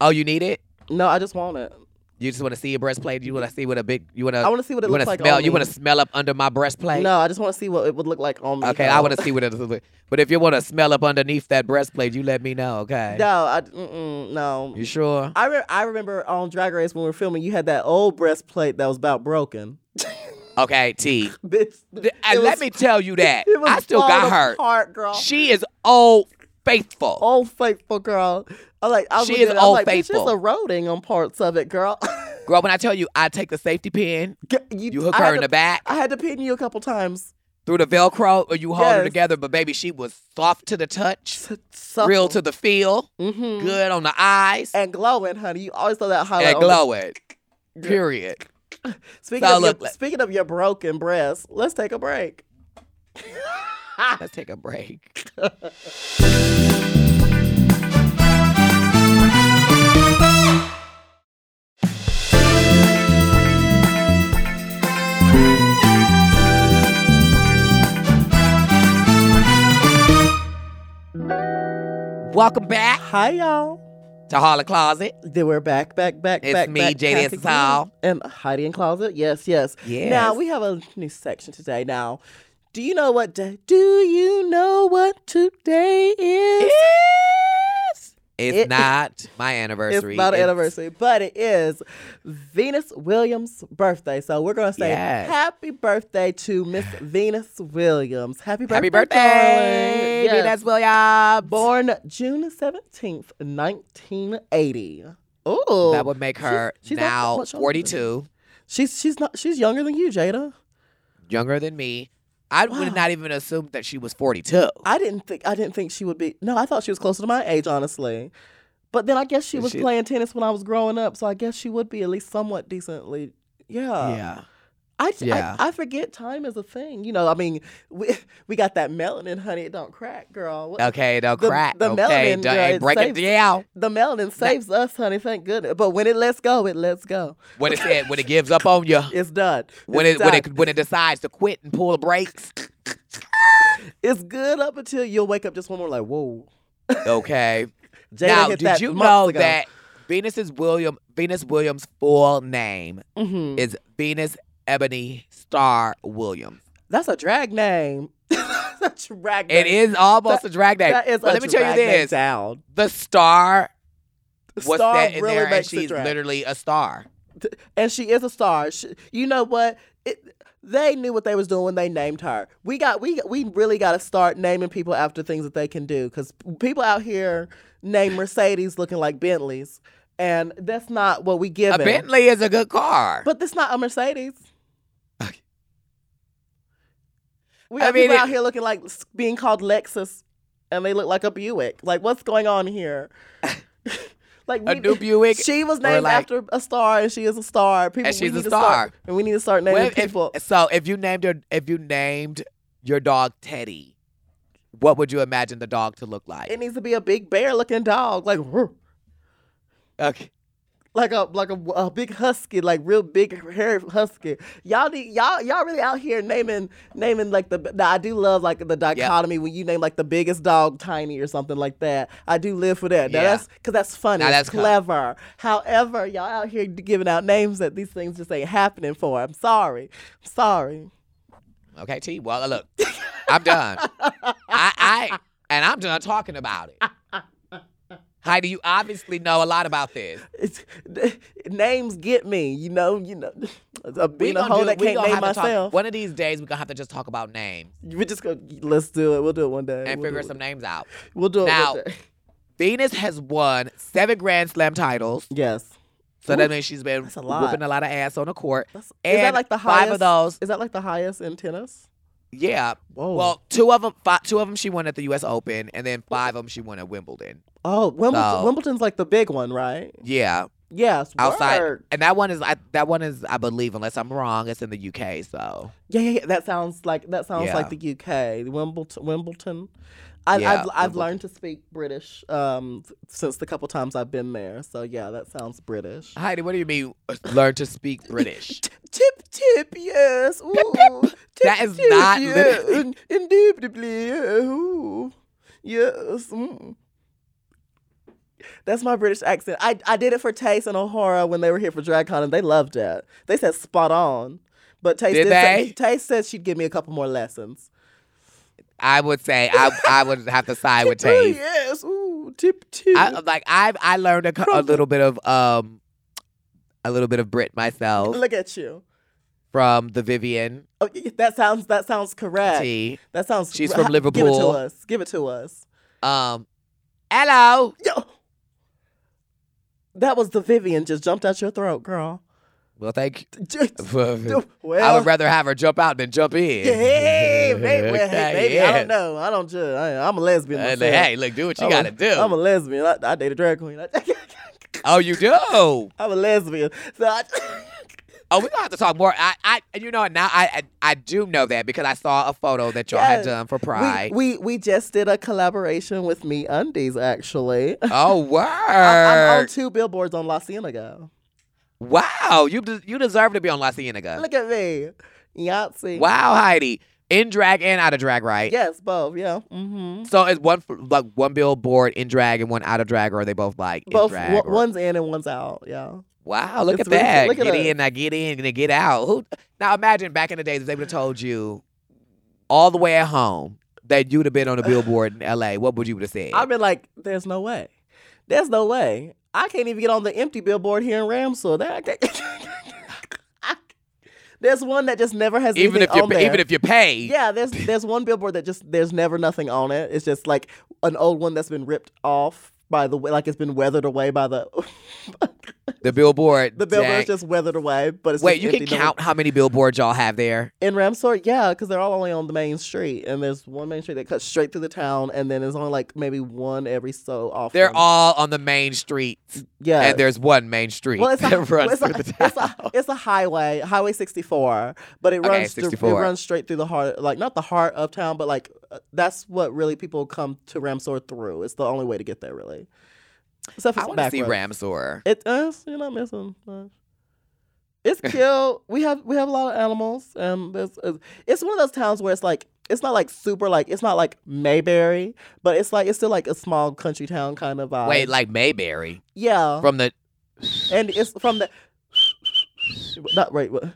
Oh, you need it?
No, I just want it.
You just want to see a breastplate? You want to see what a big? You want
I
to?
want to see what it
You want
looks
to
like.
smell?
on
You
me.
want to smell up under my breastplate?
No, I just want to see what it would look like on me.
Okay, I want to see what it. is. But if you want to smell up underneath that breastplate, you let me know. Okay.
No, I mm-mm, no.
You sure?
I re- I remember on Drag Race when we were filming, you had that old breastplate that was about broken. <laughs>
Okay, T.
Bitch,
Th- And
it
let
was-
me tell you that
it was
I still got
falling
her.
apart, girl.
She is old faithful.
old faithful girl. I like I was
She
looking
is
at it, I was
Old
like, bitch,
Faithful.
It's eroding on parts of it, girl. <laughs>
Girl, when I tell you, I take the safety pin. You hook
I
her
had
in
to-
the back
I had to pin you a couple times.
through the Velcro, or you hold her
Yes.
together. But baby, she was soft to the touch, real
Real
to the feel,
mm-hmm.
good on the eyes,
and glowing, honey. You always throw that highlight.
and
on the-
glowing.
<laughs>
Period.
Speaking
So
of your,
look like-
speaking of your broken breasts, let's take a break.
Let's take a break. Welcome back.
Hi y'all.
to Harlem Closet.
Then we're back, back, back,
It's
back.
me,
back,
JD
back
Saul.
again. And Heidi in Closet. Yes, yes.
Yes.
Now we have a new section today. Now, do you know what day? Do you know what today is?
It's
It-
not my
<laughs>
anniversary.
It's not an anniversary, but it is Venus Williams' birthday. So we're gonna say
Yes.
happy birthday to Miss Venus Williams. Happy birthday!
Happy
darling.
birthday,
Yes.
Venus Williams.
Born June seventeenth, nineteen eighty. Oh,
That would make her
She's- she's not that
now
much older than
42,
she's she's not she's younger than you, Jada.
younger than me. I
Wow.
would not even assume that she was 42.
I didn't think I didn't think she would be. No, I thought she was closer to my age, honestly. But then I guess she
Is
was
she-
playing tennis when I was growing up, so I guess she would be at least somewhat decently. Yeah.
Uh,
I, I-
Yeah.
I forget time is a thing. You know, I mean, we <laughs> we got that melanin, honey. It don't crack, girl. What-
Okay, no
The-
crack.
the
okay,
melanin,
duh,
girl,
hey,
it
break
saves- <laughs>
it down.
The melanin saves us, honey. Thank goodness. But when it lets go, it lets go.
When it said, when it gives up on you,
It's done.
when
It's
it when
done.
it when it decides to quit and pull the brakes.
it's good up until you'll wake up just one more like whoa.
Okay.
<laughs> Jada
now,
hit
did
that
you
months
know
ago.
that Venus's William Venus Williams' full name
Mhm.
is Venus Ebony Star Williams?
That's a drag name. <laughs> That's a drag name.
It is almost a drag name.
That is
but
a
let me tell you
drag name
this:
Down.
the star was
star
set in
really
there, and
makes it
she's
drag.
literally a star.
and she is a star. She, you know what? It, they knew what they was doing when they named her. We got we we really got to start naming people after things that they can do because people out here name Mercedes looking like Bentleys, and that's not what we give.
A Bentley is a good car.
but that's not a Mercedes.
Okay.
We
I
got
mean,
people
it-
out here looking like being called Lexus, and they look like a Buick. Like what's going on
<laughs>
here? <laughs> like
a
we-
new Buick.
she was
or
named
like-
after a star, and she is a star. People,
she's
we
a
need to start-
star.
and we need to start naming
Well, if-
people.
so if you named your if you named your dog Teddy, what would you imagine the dog to look like?
it needs to be a big bear-looking dog, like "Roo,"
okay.
like a like a, a big husky, like real big hairy husky. Y'all need y'all y'all really out here naming naming like the. Now, I do love like the dichotomy when you name like the biggest dog tiny or something like that. I do live for that. Now
Yeah.
that's because that's funny.
Now
that's
that's clever.
clever. However, y'all out here giving out names that these things just ain't happening for. I'm sorry. I'm sorry.
Okay, T.
<laughs>
Well, look, I'm done. I, I and I'm done talking about it. Heidi, you obviously know a lot about this.
it's, <laughs> names get me, you know, you know. <laughs> A, being a
gonna
hoe
do-
that
we
can't
gonna
name
have to talk-
myself.
one of these days, we're gonna have to just talk about names
We're just gonna let's do it. We'll do it one day.
and
we'll
figure
do it.
some names out.
We'll do it
Now-
one day.
Venus has won seven Grand Slam titles,
Yes.
so
Ooh,
that means she's been
that's a lot.
whooping a lot of ass on the court.
That's-
And
is that like the highest?
five of those,
Is that like the highest in tennis?
yeah.
Whoa.
Well, two of them, five, two of them she won at the U.S. Open, and then five of them she won at Wimbledon.
oh, Wimbledon,
so-
Wimbledon's like the big one, right?
Yeah,
Yes.
outside,
word.
and that one is I, that one is I believe, unless I'm wrong, it's in the U.K. So
Yeah, yeah, yeah. That sounds like that sounds
Yeah.
like the UK, Wimbledon. Wimbledon. I,
Yeah,
I've I've
Wimbledon.
learned to speak British um, since the couple times I've been there. So yeah, that sounds British.
Heidi, what do you mean? uh, Learn
<laughs>
to speak British.
Tip tip yes. Ooh. Tip,
That is not
yeah.
literally-
In- indubitably yeah. Ooh. Yes. Mm. That's my British accent. I, I did it for Taste and O'Hara when they were here for DragCon and they loved that. They said spot on. But Taste
Did
say,
they?
Taste said she'd give me a couple more lessons.
I would say I I would have to side
<laughs>
with
Ooh,
Tay.
yes. Ooh, tip tip.
I, uh, like I I learned a, cou- a
Crumble.
little bit of um a little bit of Brit myself
Look at you.
from the Vivian
Oh, y- that sounds that sounds correct.
T.
That sounds
She's
ra-
from
Give it to
Liverpool.
us. Give it to us.
Um, hello.
Yo. That was the Vivian just jumped out your throat, girl.
Well, thank. <laughs>
Just,
You.
well,
I would rather have her jump out than jump in.
yeah,
<laughs>
hey, maybe, well, hey,
Okay,
maybe I
yeah.
don't know. I don't judge. I, I'm a lesbian.
Uh,
myself.
hey, look, do what you
I'm a-
gotta do.
I'm a lesbian. I, I date a drag queen. <laughs>
oh, you do. Oh,
I'm a lesbian. So I, <laughs>
we gonna have to talk more. I, I, and you know, what, now I, I, I do know that because I saw a photo that y'all
Yes.
had done for
<laughs>
Pride.
we, we we just did a collaboration with Me Undies actually.
oh, word!
I, I'm on two billboards on La Cienega.
Wow, you de- you deserve to be on La Cienega.
Look at me, Yahtzee.
Wow, Heidi. in drag and out of drag, right?
Yes, both. Yeah. Mm-hmm.
So is one f- like one billboard in drag and one out of drag, or are they both like in
Both
drag?
one-
or-
one's in and one's out. Yeah.
Wow, look
It's
at
really-
that!
look at
get
us.
in, I get in, and get out. Who? Now imagine back in the days if they would have told you all the way at home that you'd have
<sighs>
been on a billboard in L.A. What would you would have said?
I've been like, there's no way. There's no way. I can't even get on the empty billboard here in Ramsville. That I can't- <laughs> there's one that just never has
even if
anything
you
on there.
even if you pay,
yeah, there's there's one billboard that just there's never nothing on it. It's just like an old one that's been ripped off by the way, like it's been weathered away by the <laughs>
the billboard.
the billboard's
dang.
just weathered away. But it's
Wait,
just
you can
empty, no-
count how many billboards y'all have there?
In Ramsort, yeah, because they're all only on the main street, and there's one main street that cuts straight through the town, and then there's only like maybe one every so often.
They're all on the main streets,
Um, yeah,
and there's one main street
well, it's a,
<laughs> that runs
it's, a,
through the
<laughs> it's,
town.
a, it's a highway, Highway 64, but it
Okay,
runs through- it
64.
runs straight through the heart, like not the heart of town, but like uh, that's what really people come to Ramsor through. It's the only way to get there, really. Except for
I
some
want to
back
see
roads.
Ramsor.
It uh, you're not missing much.
<laughs>
It's cute. we have we have a lot of animals. Um, it's, it's one of those towns where it's like it's not like super like it's not like Mayberry, but it's like it's still like a small country town kind of vibe.
Wait, like Mayberry
yeah,
from the
and it's from the not right. What?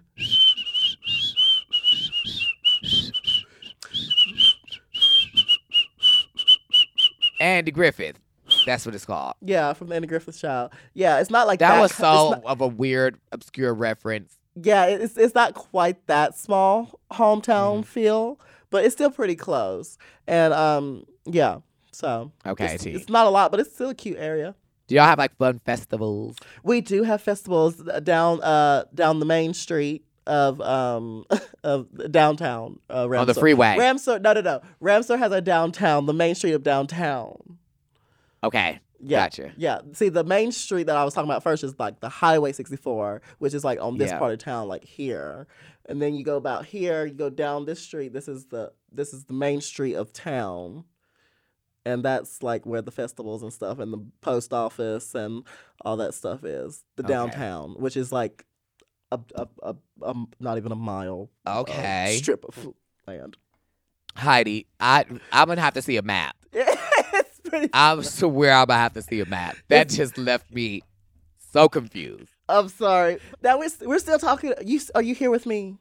Andy Griffith. That's what it's called.
Yeah, from the Andy Griffith Show. Yeah, it's not like
That
that
was
ki- it's
so
not-
of a weird, obscure reference.
yeah, it- it's it's not quite that small hometown feel, but it's still pretty close. And um, yeah, so.
Okay,
It's,
T.
it's not a lot, but it's still a cute area.
Do y'all have like fun festivals?
We do have festivals uh, down uh down the main street of um <laughs> of downtown uh, Ramsar.
On the freeway.
Ramsar, no, no, no. Ramsar has a downtown, the main street of downtown.
okay,
Yeah.
gotcha.
Yeah. See, the main street that I was talking about first is like the Highway 64, which is like on this
Yeah.
part of town, like here. And then you go about here, you go down this street. This is the this is the main street of town. And that's like where the festivals and stuff and the post office and all that stuff is. The
Okay.
downtown, which is like a, a, a, a not even a mile uh,
Okay.
strip of land. <laughs>
Heidi, I I'm gonna have to see a map.
it's pretty
I swear I'm gonna have to see a map. That just left me so confused.
I'm sorry. That was we're still talking. You are you here with me?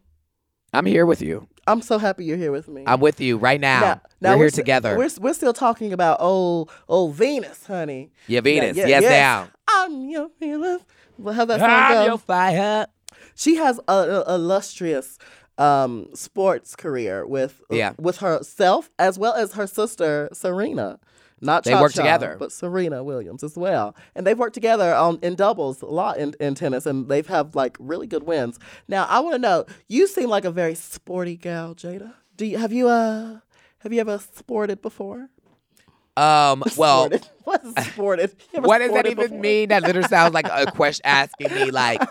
I'm here with you.
I'm so happy you're here with me.
I'm with you right now.
Now- now
we're here
s-
together.
We're we're still talking about old old Venus, honey.
yeah, Venus.
yeah,
yes,
yes.
now.
I'm your Venus. Well, how that song
I'm
go?
your fire.
she has a, a illustrious um, sports career with
Yeah.
with herself as well as her sister Serena. Not
They work
Cha-Cha,
together.
but Serena Williams as well, and they've worked together on in doubles a lot in, in tennis, and they've have like really good wins. Now I want to know, you seem like a very sporty gal, Jada. Do you have you uh have you ever sported before? <laughs>
Um. Well,
sported. what's sported? You ever
what does that
sported
even
before?
mean? That literally sounds like a question
<laughs>
asking me, like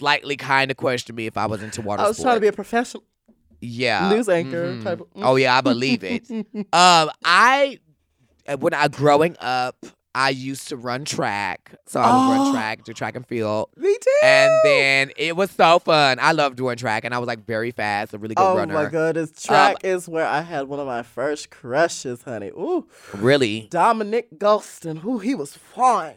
slightly kind of question me if I was into water.
I was trying to
sports.
be a professional
yeah
news anchor
mhm.
type. Of,
Oh yeah, I
<laughs>
believe it. um, I uh, when I growing up, I used to run track, so I would
Oh.
run track, do track and field,
me too.
and then it was so fun. I loved doing track, and I was like very fast, a really good
oh
runner. Um,
my goodness, track is where I had one of my first crushes, honey. Ooh,
Really
Dominic Gulston. Ooh, he was fine.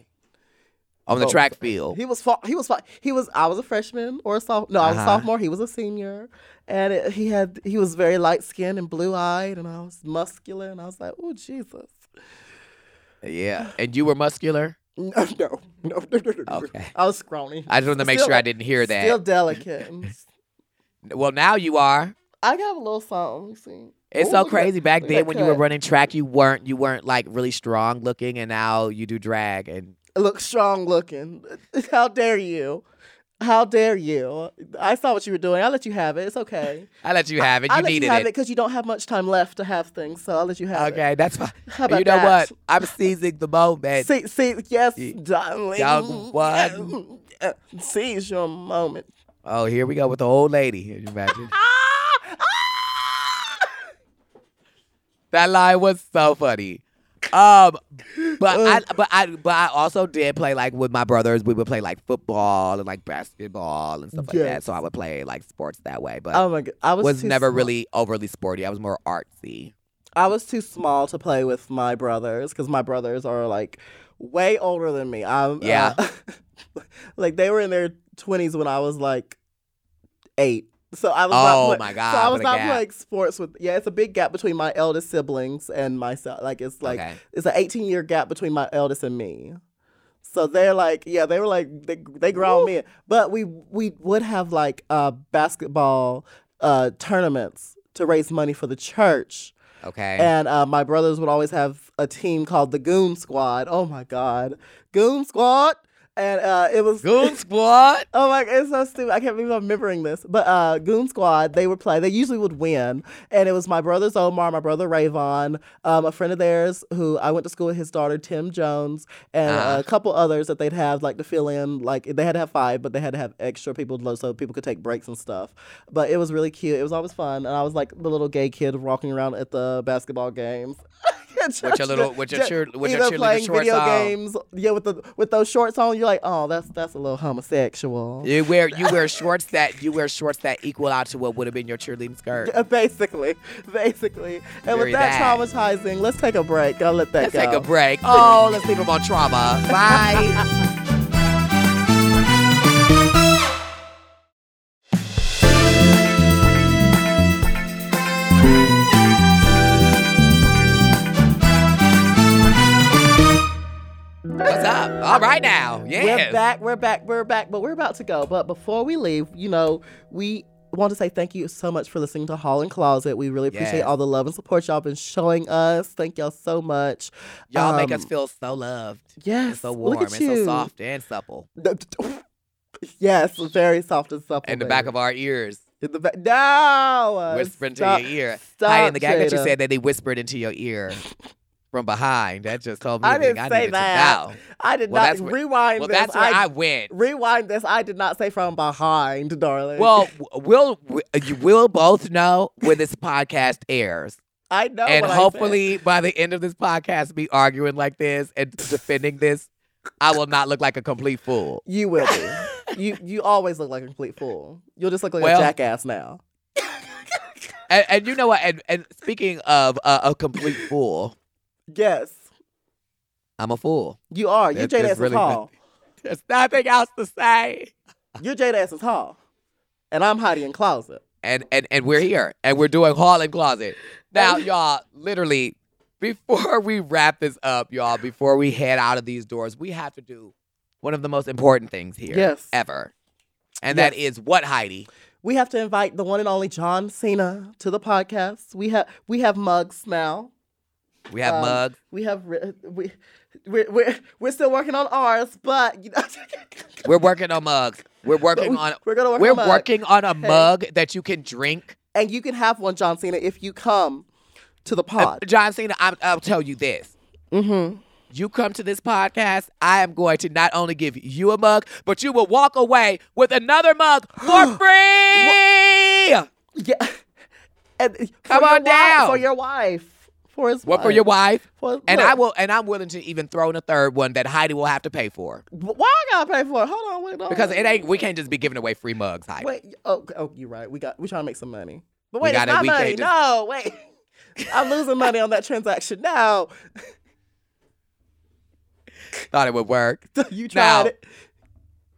on the
Oh.
track field.
He was fine. He was fine. He was. I was a freshman or a sophomore. No, I was a
Uh-huh.
sophomore. He was a senior, and it, he had. He was very light skinned and blue eyed, and I was muscular, and I was like, oh Jesus. <laughs>
Yeah, and you were muscular.
No, no, no, no, no, no.
Okay.
I was scrawny.
I just wanted to make
Still-
sure I didn't hear that.
Still delicate. <laughs> and-
well, now you are.
I got a little something. You see.
It's
Ooh,
so
look at that.
crazy. Back
Look at
then,
that
when you were
cut.
running track, you weren't you weren't like really strong looking, and now you do drag. And
look strong looking. <laughs> How dare you? How dare you? I saw what you were doing. I'll let you have it. It's okay.
I let you have it. You
I'll let
needed
you have
it.
it because you don't have much time left to have things. So I'll let you have
Okay, that's fine.
it. <laughs> How about
you know
that?
what? I'm seizing the moment.
<laughs> See, see, yes,
Y-
darling.
young one.
Uh, <laughs> Seize your moment.
oh, here we go with the old lady. Can
<laughs>
you imagine? that line was so funny. Um, but I, but I, but I also did play like with my brothers. We would play like football and like basketball and stuff like that.
Yes.
So I would play like sports that way. But
Oh my god, I was,
Uh, was,
too
never
small-
really overly sporty. I was more artsy.
I was too small to play with my brothers because my brothers are like way older than me. I'm
Yeah.
uh, <laughs> like they were in their twenties when I was like eight. So I was
Oh
not pla-
my
so
God,
I
what
was
a
not
gap.
playing sports with yeah. It's a big gap between my eldest siblings and myself. Like it's like
okay.
it's an 18 year gap between my eldest and me. So they're like, yeah, they were like, they, they grown men. But we we would have like uh, basketball uh, tournaments to raise money for the church.
Okay.
And uh, my brothers would always have a team called the Goon Squad. Oh my God. Goon Squad. And uh, it was.
Goon Squad.
Oh my god, it's so stupid. I can't believe I'm remembering this. But uh Goon Squad, they would play. They usually would win. And it was my brother's Omar, my brother Rayvon, um, a friend of theirs who I went to school with his daughter, Tim Jones, and uh,
Uh-huh.
a couple others that they'd have like to fill in. Like they had to have five, but they had to have extra people to- so people could take breaks and stuff. But it was really cute. It was always fun. And I was like the little gay kid walking around at the basketball games. <laughs> with
your little- with your cheer- with your cheerleader
playing
shorts
video
on.
games, yeah, with the with those shorts on, you're like, oh, that's that's a little homosexual.
You wear you wear shorts that you wear shorts that equal out to what would have been your cheerleading skirt.
Uh, <laughs> Basically, basically. And
Very
with that
bad.
traumatizing, let's take a break. Gotta let that
Let's
go.
take a break. Oh, let's leave them on trauma. Bye. What's up? All right now. Yes.
We're back, we're back, we're back, but we're about to go. But before we leave, you know, we want to say thank you so much for listening to Hall and Closet. We really appreciate
Yes.
all the love and support y'all been showing us. Thank y'all so much.
Y'all make us
Um,
feel so loved. And
Yes.
so warm
Look
and
at you.
so soft and supple.
<laughs> Yes, very soft and supple.
And the back
baby.
of our ears.
In the back. No. Uh,
Whispering to
Stop-
your ear.
Stop,
Hi, and the guy that you
Jada.
said that they whispered into your ear from behind. That just told me
I
everything
didn't
I
say
needed
that.
to know.
I did
Well,
not
that's where-
rewind
Well,
this.
that's where
I
I went.
Rewind this. I did not say from behind, darling.
Well, w- we'll w- you will both know when this podcast airs,
I know,
and
what I said.
hopefully by the end of this podcast, be arguing like this and defending this, I will not look like a complete fool.
you will
<laughs>
be. you you always look like a complete fool. You'll just look like
Well-
a jackass now.
And, and you know what? And, and speaking of uh, a complete fool,
Yes,
I'm a fool.
you are. You're
That-
Jada
that's
Essence
really
Hall.
There's nothing else to say. <laughs>
You're Jada Essence Hall, and I'm Heidi in closet.
and and and we're here and we're doing haul and closet now y'all literally before we wrap this up y'all before we head out of these doors we have to do one of the most important things here
Yes.
ever and
Yes.
that is what heidi
We have to invite the one and only John Cena to the podcast. We have we have mugs now.
we have
Um,
mugs
We have ri- we we're we're, we're still working on ours, but you know, <laughs>
we're working on mugs we're working
we-
on
we're gonna work.
we're
on mug.
working on a
Hey.
mug that you can drink
and you can have one, John Cena, if you come to the
Uh,
pod.
john cena I'm, i'll tell you this
Mm-hmm.
you come to this podcast, I am going to not only give you a mug, but you will walk away with another mug for free.
Yeah. And for
Come
your wi-
on down.
for your wife, for his
What
wife.
for your wife?
For-
And
look,
I will, and I'm willing to even throw in a third one that Heidi will have to pay for
Why I gotta pay for it? Hold on, wait. hold on.
because it ain't. We can't just be giving away free mugs, Heidi.
Wait. Oh, oh, you're right. We got. We trying to make some money. But
We
wait,
gotta-
it's not
we can't
money.
just-
No, wait. <laughs> I'm losing money on that transaction. No,
Thought it would work. <laughs>
you tried
Now,
it.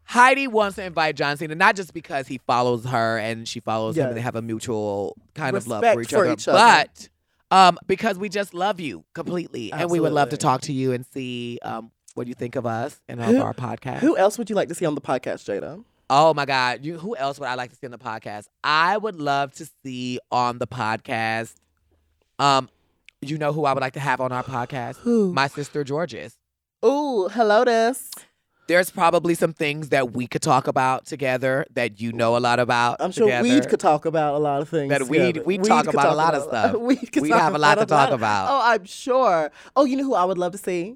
Heidi wants to invite John Cena not just because he follows her and she follows him,
Yes.
and they have a mutual kind of love
Respect
for each
for
other,
each other.
but. Um, because we just love you completely, and we would love to
Absolutely.
talk to you and see um, what you think of us and of
Who-
our podcast.
Who else would you like to see on the podcast, Jada?
Oh my God. You who else would I like to see on the podcast? I would love to see on the podcast. Um, you know who I would like to have on our podcast?
Who?
My sister Georges.
Ooh, hello, this.
There's probably some things that we could talk about together that you know a lot about.
I'm sure
together.
weed could talk about a lot of things.
That weed-
together.
we talk
could
about a lot
<laughs>
of stuff.
weed could
We
talk
have a lot
about
to talk about.
Oh, I'm sure. Oh, you know who I would love to see?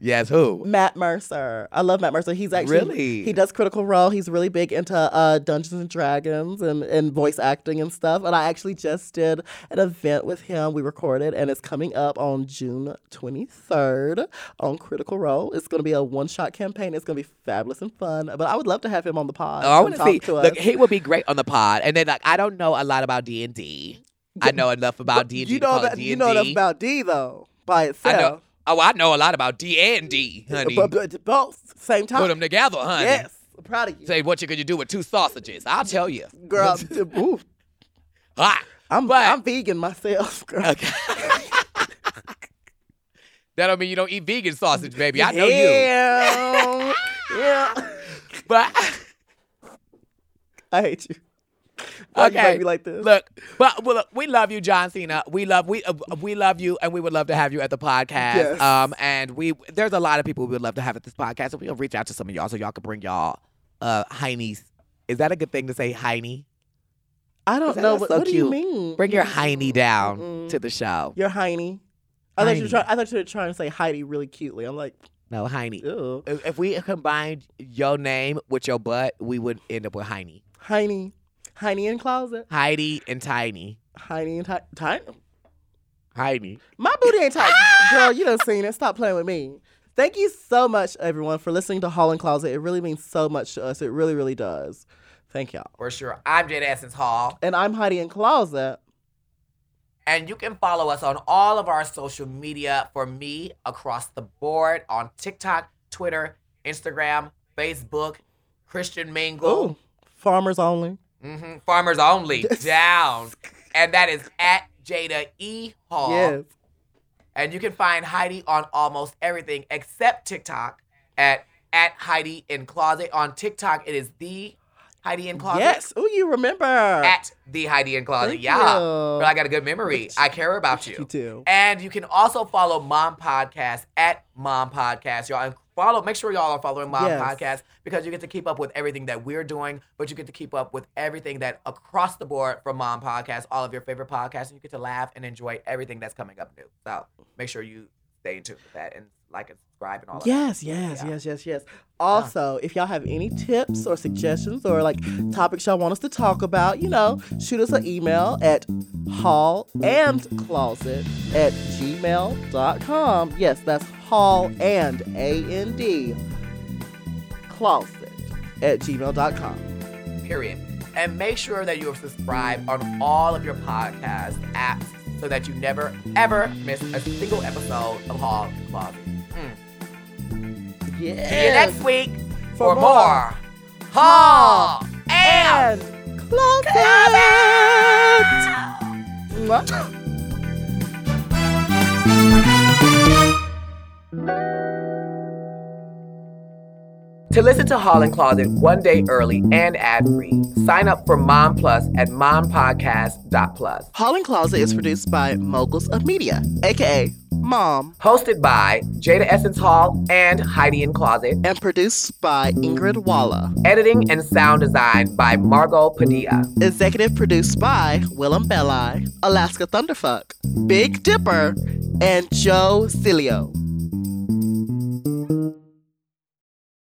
Yes, who?
Matt Mercer. I love Matt Mercer. He's actually
Really?
he does critical role. He's really big into uh, Dungeons and Dragons and, and voice acting and stuff. And I actually just did an event with him. We recorded, and it's coming up on June 23rd on Critical Role. It's going to be a one shot campaign. It's going to be fabulous and fun. But I would love to have him on the pod.
Oh, I
and
want to
talk
see.
To
Look,
us.
he would be great on the pod. And then, like, I don't know a lot about D and D. I know enough about D and D.
you know that you know enough about D though by itself.
Oh, I know a lot about D and D, honey.
Uh, But, but both same time.
Put them together, honey.
Yes, I'm proud of you,
Say what you could do with two sausages. I'll tell you.
girl. <laughs> Ooh,
<laughs> Ah,
I'm
But-
I'm vegan myself, <laughs> girl.
okay. that don't mean you don't eat vegan sausage, baby. I know you.
yeah. yeah. <laughs>
But <laughs>
I hate you. Why You
Okay,
make me like this.
look, but well, look, we love you, John Cena. We love we uh, we love you, and we would love to have you at the podcast.
Yes.
Um, and we there's a lot of people we would love to have at this podcast, and we'll reach out to some of y'all so y'all can bring y'all uh heinies. Is that a good thing to say, heiny?
I don't
that
know
was
Oh, what,
so
what do
cute.
you mean.
Bring your heiny down
Mm-mm.
to the show.
Your hiney. I thought you were
Hiney.
trying. I thought you were trying to say Heidi really cutely. I'm like,
No heiny.
ew.
If if we combined your name with your butt, we would end up with heiny.
Heiny. Heiny in closet.
Heidi and Tiny.
Heiny in tight. tight.
Heidi.
My booty ain't tight. Girl, you done seen it. Stop playing with me. Thank you so much, everyone, for listening to Hall and Closet. It really means so much to us. It really, really does. Thank y'all.
For sure. I'm Jada Essence Hall.
And I'm Heidi in Closet.
And you can follow us on all of our social media for me across the board on TikTok, Twitter, Instagram, Facebook, Christian Mingle,
Ooh. Oh, Farmers only.
hmm Farmers Only, down. And that is at Jada E. Hall.
Yes.
And you can find Heidi on almost everything except TikTok at, at Heidi in Closet. On TikTok, it is the Heidi in Closet.
Yes. Oh, you remember.
At the Heidi in Closet.
Thank
yeah.
you.
But I got a good memory. I care about
you too.
And you can also follow Mom Podcast at Mom Podcast, y'all. And follow, make sure y'all are following Mom
Yes.
Podcast because you get to keep up with everything that we're doing, but you get to keep up with everything that across the board from Mom Podcast, all of your favorite podcasts, and you get to laugh and enjoy everything that's coming up new. So make sure you stay in tune with that and like and subscribe and all of that.
Yes, yes,
Yeah.
yes, yes, yes. Also, if y'all have any tips or suggestions or like topics y'all want us to talk about, you know, shoot us an email at hall and closet at gmail.com. Yes, that's hall and A N D closet at gmail.com.
period. And make sure that you are subscribed on all of your podcast apps so that you never, ever miss a single episode of Hall and Closet. Mm.
Yeah.
See you next week
For more.
for, more. Hall and
and closet. Mwah.
To listen to Hall and Closet one day early and ad free, sign up for Mom Plus at mompodcast.plus.
Hall and Closet is produced by Moguls of Media, aka Mom,
Hosted by Jada Essence Hall and Heidi in Closet.
and produced by Ingrid Walla.
Editing and sound design by Margot Padilla.
Executive produced by Willem Belli, Alaska Thunderfuck, Big Dipper, and Joe Cilio.